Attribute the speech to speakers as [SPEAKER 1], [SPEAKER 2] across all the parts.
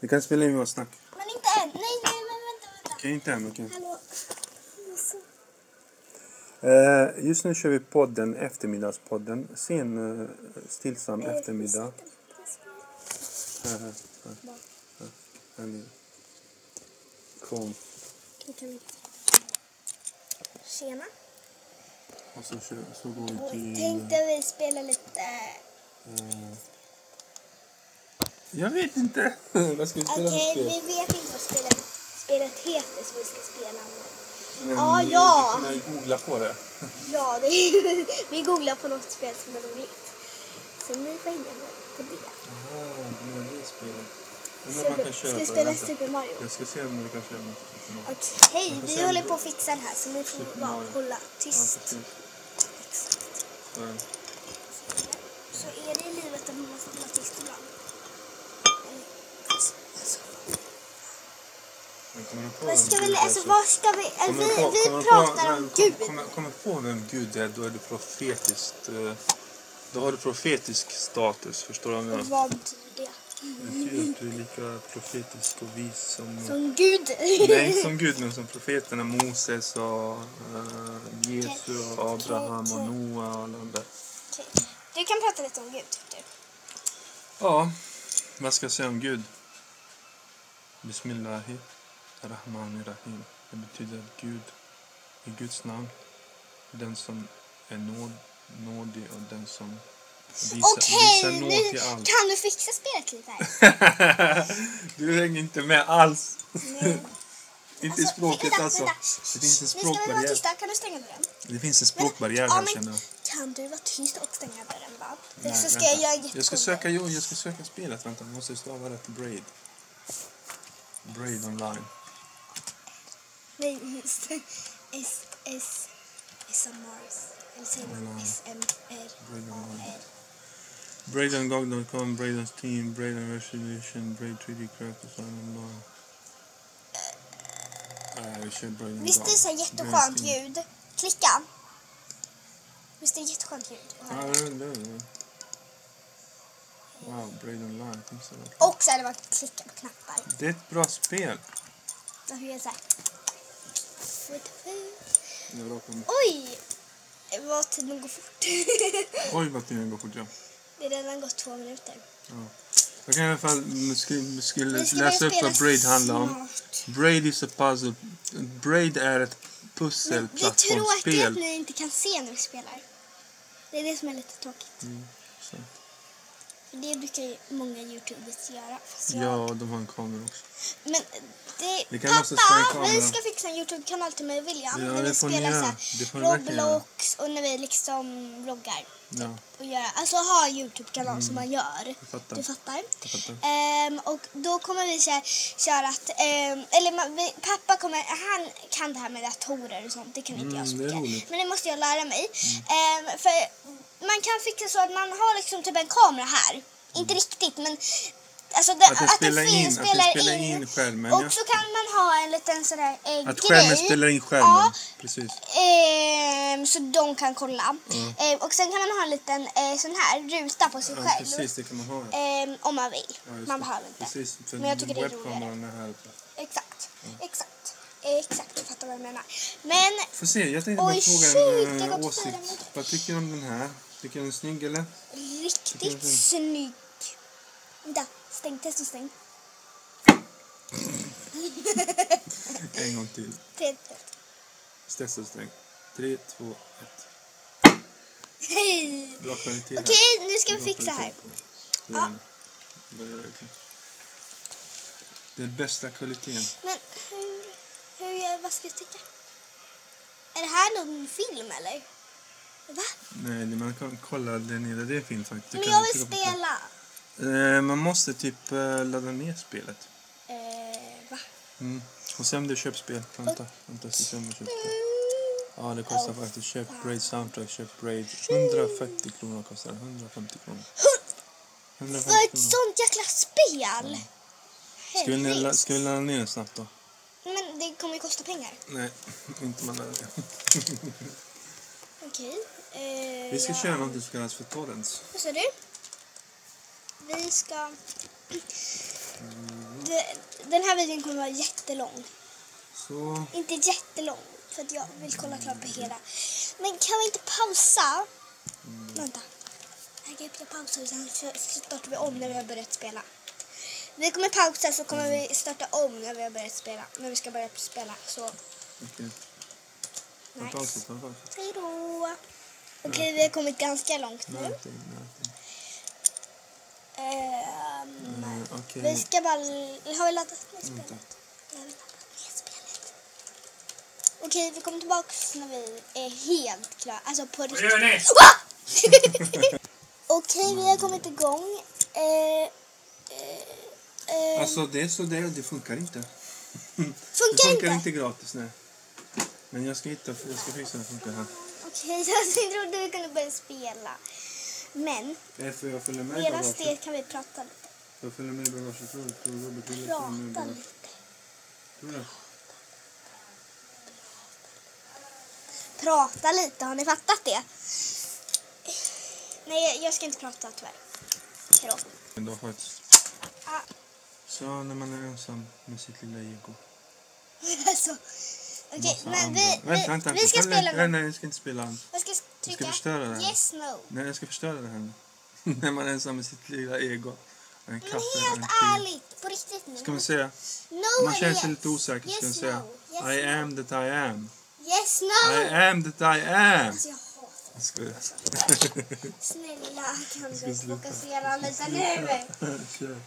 [SPEAKER 1] Vi kan spela in vårt snack.
[SPEAKER 2] Men inte än. Nej, nej, men vänta, vänta.
[SPEAKER 1] Okej, inte än. okej.
[SPEAKER 2] Hallå.
[SPEAKER 1] Eh, just nu kör vi podden, eftermiddagspodden. Sen, eh, stillsam eftermiddag. Här, här, här. Här, här nere. Kom.
[SPEAKER 2] Klicka lite. Tjena.
[SPEAKER 1] Och så, kör, så går vi till...
[SPEAKER 2] Tänkte vi spela lite...
[SPEAKER 1] Eh, jag vet inte. Vad ska vi
[SPEAKER 2] Okej,
[SPEAKER 1] spela för spel?
[SPEAKER 2] vi vet inte vad spelet, spelet heter som vi ska spela nu.
[SPEAKER 1] Men
[SPEAKER 2] Ja,
[SPEAKER 1] vi-
[SPEAKER 2] ja.
[SPEAKER 1] Vi kan googla på det.
[SPEAKER 2] Ja, det är, vi googlar på något spel som är roligt. Så ni får hänga med på det.
[SPEAKER 1] Jaha, det är det spelet. Undrar om man
[SPEAKER 2] Super,
[SPEAKER 1] kan köra
[SPEAKER 2] ska
[SPEAKER 1] på
[SPEAKER 2] vi
[SPEAKER 1] det.
[SPEAKER 2] spela
[SPEAKER 1] Vänta.
[SPEAKER 2] Super Mario?
[SPEAKER 1] Jag ska se om vi kan köra något.
[SPEAKER 2] Okej,
[SPEAKER 1] får se
[SPEAKER 2] vi
[SPEAKER 1] om
[SPEAKER 2] håller
[SPEAKER 1] det-
[SPEAKER 2] på att fixa det här så ni får
[SPEAKER 1] Super
[SPEAKER 2] bara
[SPEAKER 1] Mario.
[SPEAKER 2] hålla
[SPEAKER 1] Ja,
[SPEAKER 2] tyst.
[SPEAKER 1] precis.
[SPEAKER 2] Exakt.
[SPEAKER 1] Så.
[SPEAKER 2] Så är det i livet att man måste hålla tyst ibland. Eller, alltså,
[SPEAKER 1] Men kommer du på
[SPEAKER 2] Vad
[SPEAKER 1] vem
[SPEAKER 2] ska vi,
[SPEAKER 1] Gud är
[SPEAKER 2] alltså
[SPEAKER 1] så-
[SPEAKER 2] vad ska vi, eller,
[SPEAKER 1] Kommer
[SPEAKER 2] vi,
[SPEAKER 1] du på- kommer du
[SPEAKER 2] Alltså, vi
[SPEAKER 1] på-
[SPEAKER 2] pratar
[SPEAKER 1] men
[SPEAKER 2] om
[SPEAKER 1] kom-
[SPEAKER 2] Gud.
[SPEAKER 1] Kommer kommer du på vem Gud är, då är du profetiskt... eh, Då har du profetisk status, förstår du vad jag menar?
[SPEAKER 2] Vad betyder det?
[SPEAKER 1] Det betyder att du är lika profetisk och vis som...
[SPEAKER 2] Som Gud?
[SPEAKER 1] Nej, som Gud, men som profeterna Moses och eh, Jesus och Abraham och Noa och alla de där.
[SPEAKER 2] Okej. Du kan prata lite om Gud, du.
[SPEAKER 1] Ja, vad ska jag säga om Gud? Bismillahi Rahmani Rahim. Det betyder att Gud, i Guds namn, den som är nåd, nådig och den som visar,
[SPEAKER 2] Okej,
[SPEAKER 1] visar nåd
[SPEAKER 2] nu
[SPEAKER 1] till allt.
[SPEAKER 2] kan du fixa spelet lite här.
[SPEAKER 1] du hänger inte med alls.
[SPEAKER 2] Nej.
[SPEAKER 1] Inte i språket
[SPEAKER 2] vänta,
[SPEAKER 1] alltså.
[SPEAKER 2] vänta.
[SPEAKER 1] Det finns en
[SPEAKER 2] Nu ska vi vara
[SPEAKER 1] språkbarriär.
[SPEAKER 2] tysta, kan du stänga dörren?
[SPEAKER 1] Det finns en språkbarriär
[SPEAKER 2] Ja,
[SPEAKER 1] här
[SPEAKER 2] men-
[SPEAKER 1] känner jag.
[SPEAKER 2] Kan du vara tyst och stänga dörren va? Eller
[SPEAKER 1] Nej,
[SPEAKER 2] så ska
[SPEAKER 1] vänta.
[SPEAKER 2] jag göra jätte-
[SPEAKER 1] jag ska söka, jo, jag ska söka spelet. Vänta, jag måste stava rätt. Braid. Braid online.
[SPEAKER 2] Nej, just det. S, S, SMRs. Eller säger man
[SPEAKER 1] Mm.
[SPEAKER 2] SMR?
[SPEAKER 1] Braid online. BradenGog.com, Bradens Team, Braden Resolution, Braid 3D Craft och så vidare. Nej, vi kör Braden
[SPEAKER 2] Visst det är så här jätteskönt ljud? Klicka. Visst det är jätteskönt ljud? att
[SPEAKER 1] Ja,
[SPEAKER 2] höra?
[SPEAKER 1] det är det. är det. Wow, Braden Line. finns det verkligen?
[SPEAKER 2] Och så hade man klicka på knappar.
[SPEAKER 1] Det är ett bra spel.
[SPEAKER 2] Då hur jag så här.
[SPEAKER 1] Jag råkar med-
[SPEAKER 2] Oj! Vad tiden går fort.
[SPEAKER 1] Oj, vad tiden går fort. Ja.
[SPEAKER 2] det har redan gått två minuter.
[SPEAKER 1] Jag kan i alla fall mm, skri- skulle
[SPEAKER 2] Vi ska börja
[SPEAKER 1] läsa upp vad
[SPEAKER 2] spela
[SPEAKER 1] Braid handlar om.
[SPEAKER 2] snart.
[SPEAKER 1] Braid is a puzzle. Braid är ett
[SPEAKER 2] Men Det är tråkigt att
[SPEAKER 1] pusselplattformsspel.
[SPEAKER 2] ni inte kan se när vi spelar. Det är det som är lite tråkigt.
[SPEAKER 1] Så.
[SPEAKER 2] För det brukar ju många youtubers göra. Fast jag-
[SPEAKER 1] Ja, de har en kamera också.
[SPEAKER 2] Men det,
[SPEAKER 1] Vi kan låtsas ställa
[SPEAKER 2] pappa,
[SPEAKER 1] kameran.
[SPEAKER 2] vi ska fixa en Youtube-kanal till mig och William.
[SPEAKER 1] Ja,
[SPEAKER 2] när vi
[SPEAKER 1] det får ni
[SPEAKER 2] spelar
[SPEAKER 1] göra.
[SPEAKER 2] så
[SPEAKER 1] Det får
[SPEAKER 2] här
[SPEAKER 1] ni verkligen göra.
[SPEAKER 2] Roblox och när vi liksom vloggar.
[SPEAKER 1] Ja,
[SPEAKER 2] Och göra, alltså ha en Youtube-kanal som man gör.
[SPEAKER 1] Mm. jag fattar.
[SPEAKER 2] Du fattar?
[SPEAKER 1] Jag fattar.
[SPEAKER 2] Ehm, och då kommer vi köra, köra att, ehm, eller man, vi, pappa kommer, han kan det här med datorer och sånt, det kan inte
[SPEAKER 1] Mm,
[SPEAKER 2] jag så
[SPEAKER 1] det är
[SPEAKER 2] mycket.
[SPEAKER 1] roligt. Mm.
[SPEAKER 2] Men det måste jag lära mig. Ehm, för man kan fixa så att man har liksom typ en kamera här. Inte riktigt men alltså det,
[SPEAKER 1] Mm. Att den spelar in, att den spelar in skärmen,
[SPEAKER 2] Och
[SPEAKER 1] ja.
[SPEAKER 2] så kan man ha en liten sån där eh,
[SPEAKER 1] Att
[SPEAKER 2] grej.
[SPEAKER 1] skärmen spelar in skärmen.
[SPEAKER 2] Ja,
[SPEAKER 1] Precis.
[SPEAKER 2] Ehm, så de kan kolla.
[SPEAKER 1] Mm.
[SPEAKER 2] Ehm, och sen kan man ha en liten eh, sån här ruta på sig
[SPEAKER 1] Ja,
[SPEAKER 2] själv.
[SPEAKER 1] precis, det kan man ha. Ja,
[SPEAKER 2] Ehm, om man vill.
[SPEAKER 1] just
[SPEAKER 2] man
[SPEAKER 1] det.
[SPEAKER 2] behöver inte.
[SPEAKER 1] Precis, för
[SPEAKER 2] Men jag tycker det är
[SPEAKER 1] webbkameran är här uppe.
[SPEAKER 2] Exakt. Exakt. Exakt, jag fattar vad du menar. Men
[SPEAKER 1] Får se, jag tänkte bara
[SPEAKER 2] Oj,
[SPEAKER 1] fråga
[SPEAKER 2] shit,
[SPEAKER 1] en
[SPEAKER 2] det
[SPEAKER 1] eh,
[SPEAKER 2] har gått fyra
[SPEAKER 1] åsikt.
[SPEAKER 2] minuter.
[SPEAKER 1] Vad tycker du om den här? Tycker du den är snygg eller? Tycker
[SPEAKER 2] riktigt
[SPEAKER 1] du-
[SPEAKER 2] snygg. Vänta, stäng, test och stäng.
[SPEAKER 1] En gång till.
[SPEAKER 2] Test, test.
[SPEAKER 1] Stress och sträng. Tre, två, ett.
[SPEAKER 2] Hej!
[SPEAKER 1] Bra kvalitet här.
[SPEAKER 2] Okej, nu ska vi
[SPEAKER 1] Bra
[SPEAKER 2] fixa här.
[SPEAKER 1] kvalitet på den. Det är verkligen- Det är bästa kvaliteten.
[SPEAKER 2] Men hur, hur gör, vad ska jag tycka? Är det här någon film eller? Va?
[SPEAKER 1] Nej, det- man kan kolla där nere. Det är fint faktiskt. Du
[SPEAKER 2] Men
[SPEAKER 1] kan
[SPEAKER 2] jag vill
[SPEAKER 1] trycka på-
[SPEAKER 2] spela.
[SPEAKER 1] Eh, Man måste typ eh, ladda ner spelet.
[SPEAKER 2] Eh, va?
[SPEAKER 1] Mm. Och sen det köps spel. Vänta, vänta, så sen det köps spel. Ja, det kostar faktiskt. Köp Braid Soundtrack, köp Braid. 140 kronor kostar det. 150 kronor. 150
[SPEAKER 2] För ett
[SPEAKER 1] kronor.
[SPEAKER 2] sånt jäkla spel!
[SPEAKER 1] Ska vi, la-
[SPEAKER 2] Herregud.
[SPEAKER 1] ska vi ladda ner den snabbt då?
[SPEAKER 2] Men det kommer ju kosta pengar.
[SPEAKER 1] Nej, inte man laddar ner.
[SPEAKER 2] Okej. Eh,
[SPEAKER 1] Vi ska
[SPEAKER 2] ja.
[SPEAKER 1] köra något som kallas för Torrents.
[SPEAKER 2] Mm. Vad sa du? Vi ska... det, den här videon kommer vara jättelång.
[SPEAKER 1] Så.
[SPEAKER 2] Inte jättelång, för att jag vill kolla klart på hela. Men kan vi inte pausa? Vänta. Här kan jag pausa och sen så startar vi om när vi har börjat spela. Vi kommer pausa så kommer vi starta om när vi har börjat spela. När vi ska börja spela. Så
[SPEAKER 1] Okej. Ta en
[SPEAKER 2] nice.
[SPEAKER 1] paus, ta en paus.
[SPEAKER 2] Hej då. Okej, vi har kommit ganska långt nu.
[SPEAKER 1] Någonting, någonting.
[SPEAKER 2] Ehm,
[SPEAKER 1] Eh,
[SPEAKER 2] Vi
[SPEAKER 1] Okej.
[SPEAKER 2] ska bara... Har vi laddat ner
[SPEAKER 1] Vänta.
[SPEAKER 2] spelet? Jag vill ladda ner spelet. Okej, vi kommer tillbaka när vi är helt klara. Alltså på
[SPEAKER 3] Vad gör ni?
[SPEAKER 2] Ah! Okej, vi har kommit igång. Eh, eh, eh,
[SPEAKER 1] Alltså det är sådär, det funkar inte.
[SPEAKER 2] funkar,
[SPEAKER 1] det funkar
[SPEAKER 2] inte?
[SPEAKER 1] inte. gratis, nej. Men jag ska hitta, jag ska fixa hur det funkar här.
[SPEAKER 2] Okej, så alltså, jag trodde vi kunde börja spela. Men,
[SPEAKER 1] Det är för jag följer med i
[SPEAKER 2] medan
[SPEAKER 1] bagaget.
[SPEAKER 2] det kan vi prata lite.
[SPEAKER 1] Jag följer med i bagaget. Tror du? Tror du Robert vill följa med i
[SPEAKER 2] Prata
[SPEAKER 1] bagaget?
[SPEAKER 2] lite.
[SPEAKER 1] Tror du det?
[SPEAKER 2] Prata lite, har ni fattat det? Nej, jag ska inte prata tyvärr. Hejdå.
[SPEAKER 1] Men då sköts.
[SPEAKER 2] Ah.
[SPEAKER 1] Så när man är ensam med sitt lilla ego.
[SPEAKER 2] Alltså. Okej,
[SPEAKER 1] Massa
[SPEAKER 2] men
[SPEAKER 1] andra.
[SPEAKER 2] vi,
[SPEAKER 1] vänta, vänta,
[SPEAKER 2] vi, vi ska
[SPEAKER 1] vänta.
[SPEAKER 2] spela
[SPEAKER 1] Nej,
[SPEAKER 2] med.
[SPEAKER 1] nej, jag ska inte spela alls.
[SPEAKER 2] Jag ska trycka
[SPEAKER 1] förstöra det här.
[SPEAKER 2] yes, no.
[SPEAKER 1] Nej, jag ska förstöra det här nu. när man är ensam med sitt lilla ego. Och En
[SPEAKER 2] Men
[SPEAKER 1] kaffe och en
[SPEAKER 2] helt
[SPEAKER 1] te.
[SPEAKER 2] ärligt, på riktigt nu.
[SPEAKER 1] Ska man säga?
[SPEAKER 2] no
[SPEAKER 1] Man
[SPEAKER 2] eller
[SPEAKER 1] känner sig
[SPEAKER 2] yes?
[SPEAKER 1] lite osäker. Ska man
[SPEAKER 2] Yes,
[SPEAKER 1] säga?
[SPEAKER 2] no. Yes,
[SPEAKER 1] I
[SPEAKER 2] no.
[SPEAKER 1] am that I am.
[SPEAKER 2] Yes, no.
[SPEAKER 1] I am that I am.
[SPEAKER 2] Alltså jag hatar
[SPEAKER 1] Jag skojar.
[SPEAKER 2] Snälla kan
[SPEAKER 1] ska
[SPEAKER 2] du
[SPEAKER 1] sluta.
[SPEAKER 2] fokusera lite nu?
[SPEAKER 1] Kör.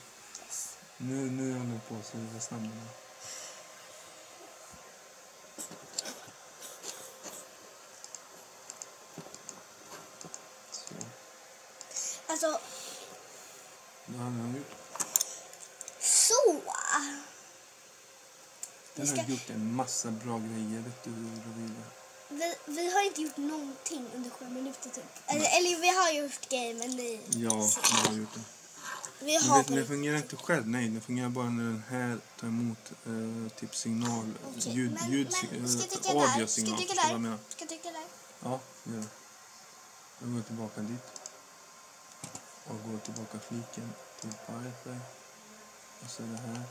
[SPEAKER 1] Nu, nu håller jag på så vi var snabba nu. Så,
[SPEAKER 2] Alltså,
[SPEAKER 1] nu har jag gjort,
[SPEAKER 2] så.
[SPEAKER 1] den
[SPEAKER 2] Vi
[SPEAKER 1] har
[SPEAKER 2] ska-
[SPEAKER 1] gjort en massa bra grejer. Vet du hur Rovina?
[SPEAKER 2] Vi, vi har inte gjort någonting under sju minuter typ. Eller, eller vi har gjort grejer men ni...
[SPEAKER 1] Ja, jag har gjort det.
[SPEAKER 2] Vi
[SPEAKER 1] Men
[SPEAKER 2] har
[SPEAKER 1] vet, ni, den
[SPEAKER 2] varit-
[SPEAKER 1] fungerar inte själv. Nej, den fungerar bara när den här tar emot eh, typ signal.
[SPEAKER 2] Okej,
[SPEAKER 1] Ljud,
[SPEAKER 2] men-
[SPEAKER 1] ljud,
[SPEAKER 2] men Ska jag
[SPEAKER 1] eh,
[SPEAKER 2] trycka där? Ska
[SPEAKER 1] audiosignal.
[SPEAKER 2] jag trycka
[SPEAKER 1] förstår du vad jag menar?
[SPEAKER 2] där? Ska jag trycka där?
[SPEAKER 1] Ja, det gör jag. Jag går tillbaka dit. Och går tillbaka fliken till Pirate Och så det här.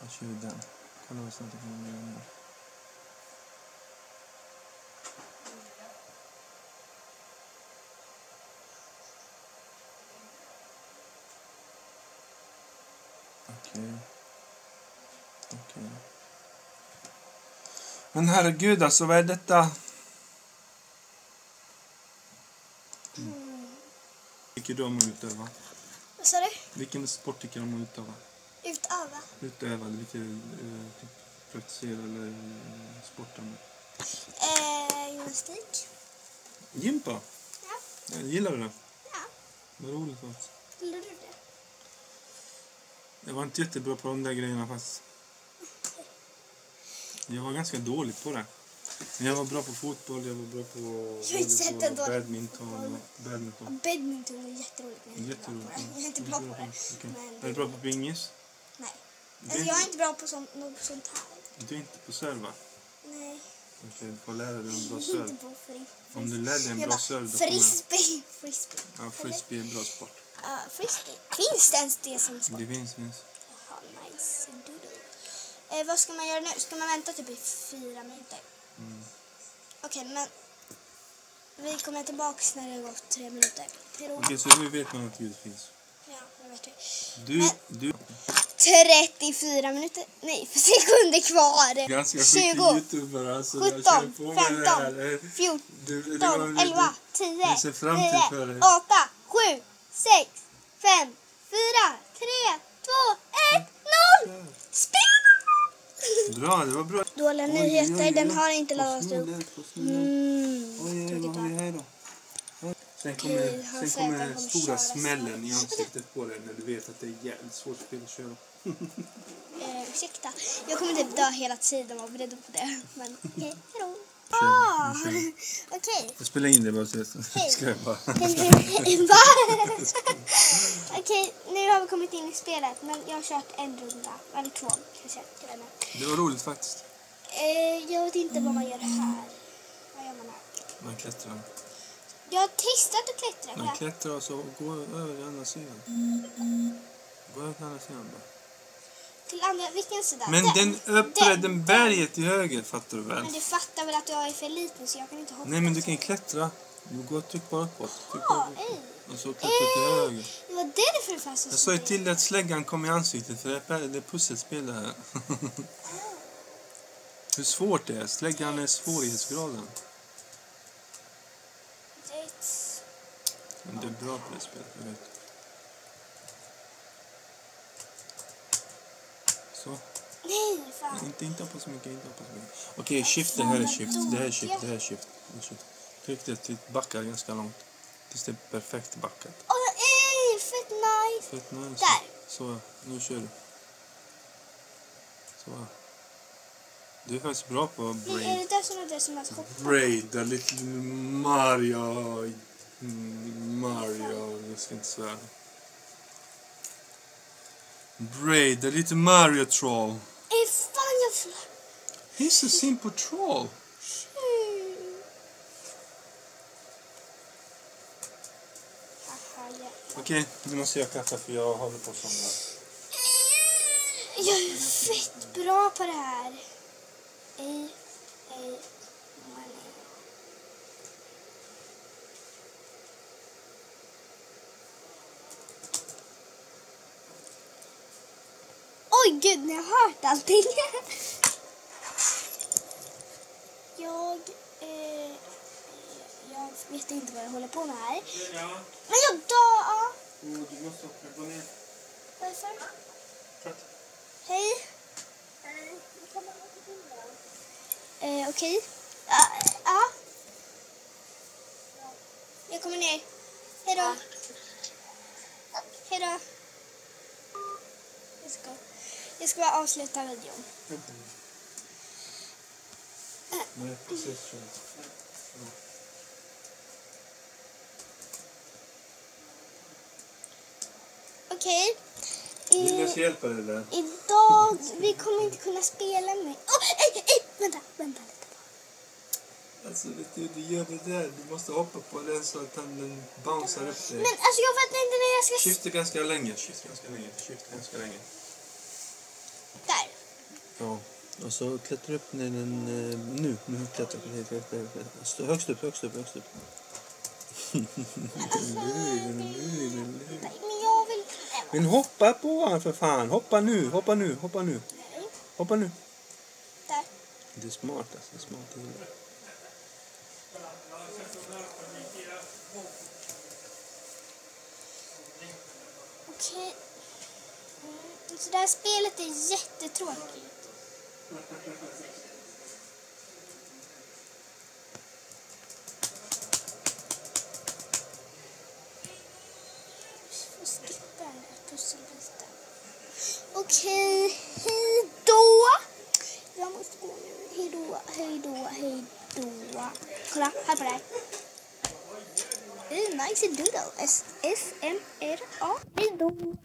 [SPEAKER 1] Och kör den. Kolla vad snabbt jag kan göra nu. Okej. Okej. Men herregud alltså, vad är detta? Tycker du om att utöva?
[SPEAKER 2] Vad sa du?
[SPEAKER 1] Vilken sport tycker du om att utöva?
[SPEAKER 2] Utöva?
[SPEAKER 1] Utöva, vilken eh, typ, praktisera eller eh, sporta med?
[SPEAKER 2] Eh, gymnastik?
[SPEAKER 1] Gympa!
[SPEAKER 2] Ja.
[SPEAKER 1] Ja, Gillar du det?
[SPEAKER 2] Ja.
[SPEAKER 1] Vad roligt faktiskt.
[SPEAKER 2] Gillar du det?
[SPEAKER 1] Jag var inte jättebra på de där grejerna faktiskt. Jag var ganska dålig på det. Men jag var bra på fotboll, jag var bra på
[SPEAKER 2] Jag är inte
[SPEAKER 1] volleyboll,
[SPEAKER 2] jättedålig.
[SPEAKER 1] badminton. och-
[SPEAKER 2] Ja,
[SPEAKER 1] badminton.
[SPEAKER 2] Badminton är jätteroligt men jag är inte bra på
[SPEAKER 1] Jätteroligt.
[SPEAKER 2] det. Jag är inte bra på det.
[SPEAKER 1] Okej. Är du
[SPEAKER 2] Men,
[SPEAKER 1] bra på pingis?
[SPEAKER 2] nej.
[SPEAKER 1] Det-
[SPEAKER 2] Alltså jag är inte bra på sånt, något sånt här.
[SPEAKER 1] Du är inte på serva?
[SPEAKER 2] Nej.
[SPEAKER 1] Okej, du får lära dig en
[SPEAKER 2] Jag
[SPEAKER 1] bra
[SPEAKER 2] är inte
[SPEAKER 1] serv.
[SPEAKER 2] bra på fri-
[SPEAKER 1] Om du lär dig en
[SPEAKER 2] Jag
[SPEAKER 1] bra
[SPEAKER 2] bara,
[SPEAKER 1] serv då kommer...
[SPEAKER 2] Frisbee. Frisbee.
[SPEAKER 1] Ja, frisbee är en bra sport.
[SPEAKER 2] Ja, frisbee. Finns det ens det som sport?
[SPEAKER 1] Det finns, finns.
[SPEAKER 2] Jaha, nice. Doodle. Eh, vad ska man göra nu? Ska man vänta typ i fyra minuter?
[SPEAKER 1] Mm.
[SPEAKER 2] Okej, men vi kommer tillbaks när det har gått tre minuter. Hej då.
[SPEAKER 1] Okej, så nu vet man att ljud finns.
[SPEAKER 2] Ja, nu vet vi.
[SPEAKER 1] Du, du...
[SPEAKER 2] 34 minuter, nej sekunder kvar.
[SPEAKER 1] Ganska
[SPEAKER 2] 20,
[SPEAKER 1] skicklig youtubare alltså. jag kör
[SPEAKER 2] 17,
[SPEAKER 1] på med det här.
[SPEAKER 2] 15, 14,
[SPEAKER 1] Du- det var väl-
[SPEAKER 2] 11, 10, 9,
[SPEAKER 1] jag ser fram till för dig.
[SPEAKER 2] 8, 7, 6, 5, 4, 3, 2, 1, 0. Spela!
[SPEAKER 1] Bra, det var bra.
[SPEAKER 2] Dåliga
[SPEAKER 1] Oj, oj,
[SPEAKER 2] nyheter,
[SPEAKER 1] oj.
[SPEAKER 2] den har inte laddats
[SPEAKER 1] På
[SPEAKER 2] upp.
[SPEAKER 1] snurret, på snurret.
[SPEAKER 2] Mm.
[SPEAKER 1] Oj, oj, oj, vad har vi
[SPEAKER 2] Tråkigt va?
[SPEAKER 1] här då? Oj. Sen
[SPEAKER 2] Okej,
[SPEAKER 1] kommer,
[SPEAKER 2] han
[SPEAKER 1] sen
[SPEAKER 2] säger att
[SPEAKER 1] kommer
[SPEAKER 2] han
[SPEAKER 1] den
[SPEAKER 2] kommer
[SPEAKER 1] stora
[SPEAKER 2] köra
[SPEAKER 1] smällen
[SPEAKER 2] snabbt.
[SPEAKER 1] i ansiktet på dig när du vet att det är jävligt svårt spel att köra.
[SPEAKER 2] Eh, ursäkta. Jag kommer typ dö hela tiden, var beredd på det. Men okej, hejdå. Ah,
[SPEAKER 1] kör, vi
[SPEAKER 2] okej.
[SPEAKER 1] Jag spelar in det bara så jag
[SPEAKER 2] ska jag
[SPEAKER 1] bara...
[SPEAKER 2] Va? Okej, nu har vi kommit in i spelet, men jag har kört en runda. Eller två, kanske. till och med.
[SPEAKER 1] Det var roligt faktiskt.
[SPEAKER 2] Eh, jag vet inte vad man gör här. Vad gör man här?
[SPEAKER 1] Man klättrar.
[SPEAKER 2] Jag har testat att klättra.
[SPEAKER 1] Man
[SPEAKER 2] kolla.
[SPEAKER 1] klättrar
[SPEAKER 2] Mm,
[SPEAKER 1] och så går över till andra sidan. Gå över till andra sidan bara.
[SPEAKER 2] till andra, vilken sida?
[SPEAKER 1] Men den öppnade den berget till höger, fattar du väl?
[SPEAKER 2] Men du fattar väl att jag är för liten så jag kan inte hoppa?
[SPEAKER 1] Nej, men du kan ju klättra. Du går och tryck bara uppåt. Tryck bara
[SPEAKER 2] Ja,
[SPEAKER 1] uppåt.
[SPEAKER 2] ej.
[SPEAKER 1] Och så klättra till höger.
[SPEAKER 2] Det var därför du fastnade
[SPEAKER 1] Jag sa ju till dig att släggan kom i ansiktet för det är pe- det är pusselspel det här. Hur svårt det är. Släggan är svårighetsgraden. Men du är bra på det spelet, jag vet. Så.
[SPEAKER 2] Nej, fan.
[SPEAKER 1] Inte, inte hoppa så mycket, inte hoppa så mycket. Okej, shift. Det här är shift. Det här är shift. Det här är shift. Det här är shift. Tryck det till backa ganska långt. Tills det är perfekt backat.
[SPEAKER 2] Åh, ej, fett nice.
[SPEAKER 1] Fett nice.
[SPEAKER 2] Där.
[SPEAKER 1] Så, nu kör du. Så. Du är faktiskt bra på
[SPEAKER 2] Nej, är
[SPEAKER 1] braid.
[SPEAKER 2] det där som är det som är att hoppa?
[SPEAKER 1] Braid, lite Mario. Mm, Mario, jag ska inte svära. Braid, lite Mario troll.
[SPEAKER 2] Ej, fan jag flög.
[SPEAKER 1] He's a simple troll.
[SPEAKER 2] Haha, ja.
[SPEAKER 1] Okej, nu måste jag kaffe för jag håller på att somna.
[SPEAKER 2] Jag är fett bra på det här. Ej, ej, men ej. Oj gud, ni har hört allting. Jag, eh, jag vet inte vad jag håller på med här. Men jag dör.
[SPEAKER 1] Du måste gå ner.
[SPEAKER 2] Varför?
[SPEAKER 1] För att-
[SPEAKER 2] Hej. Eh, Okej. Ja. ja. Jag kommer ner. Hej då. Hej då. Jag ska, jag ska bara avsluta videon.
[SPEAKER 1] Nej, precis. tror jag.
[SPEAKER 2] Okej.
[SPEAKER 1] Vill
[SPEAKER 2] I,
[SPEAKER 1] jag hjälpa dig där?
[SPEAKER 2] idag, vi kommer inte kunna spela med... Åh, ej, ej, vänta, vänta lite.
[SPEAKER 1] Alltså, vet du, du gör det där. Du måste hoppa på den så att han- den bouncear upp
[SPEAKER 2] Men
[SPEAKER 1] dig.
[SPEAKER 2] alltså jag fattar inte när jag ska...
[SPEAKER 1] Shift är ganska länge. Shift ganska länge. Shift ganska länge.
[SPEAKER 2] Där.
[SPEAKER 1] Ja. Och så klättra upp när den... eh, Nu, nu klättrar precis. klättra, klättra. Stå Högst upp, högst upp, högst upp.
[SPEAKER 2] Men jag vill...
[SPEAKER 1] Men hoppa på honom för fan. Hoppa nu, hoppa nu, hoppa nu.
[SPEAKER 2] Nej.
[SPEAKER 1] Hoppa nu.
[SPEAKER 2] Där.
[SPEAKER 1] Det är smart alltså. Det är smart. Jag gillar det.
[SPEAKER 2] Okej. Mm, så det här spelet är jättetråkigt. Vi skippar den här pusselbiten. Okej, hej då! Jag måste gå nu. Hej då, hej då, hej då. Kolla, här på det här. Hej, nice doodle. S-M-R-A. Hej då!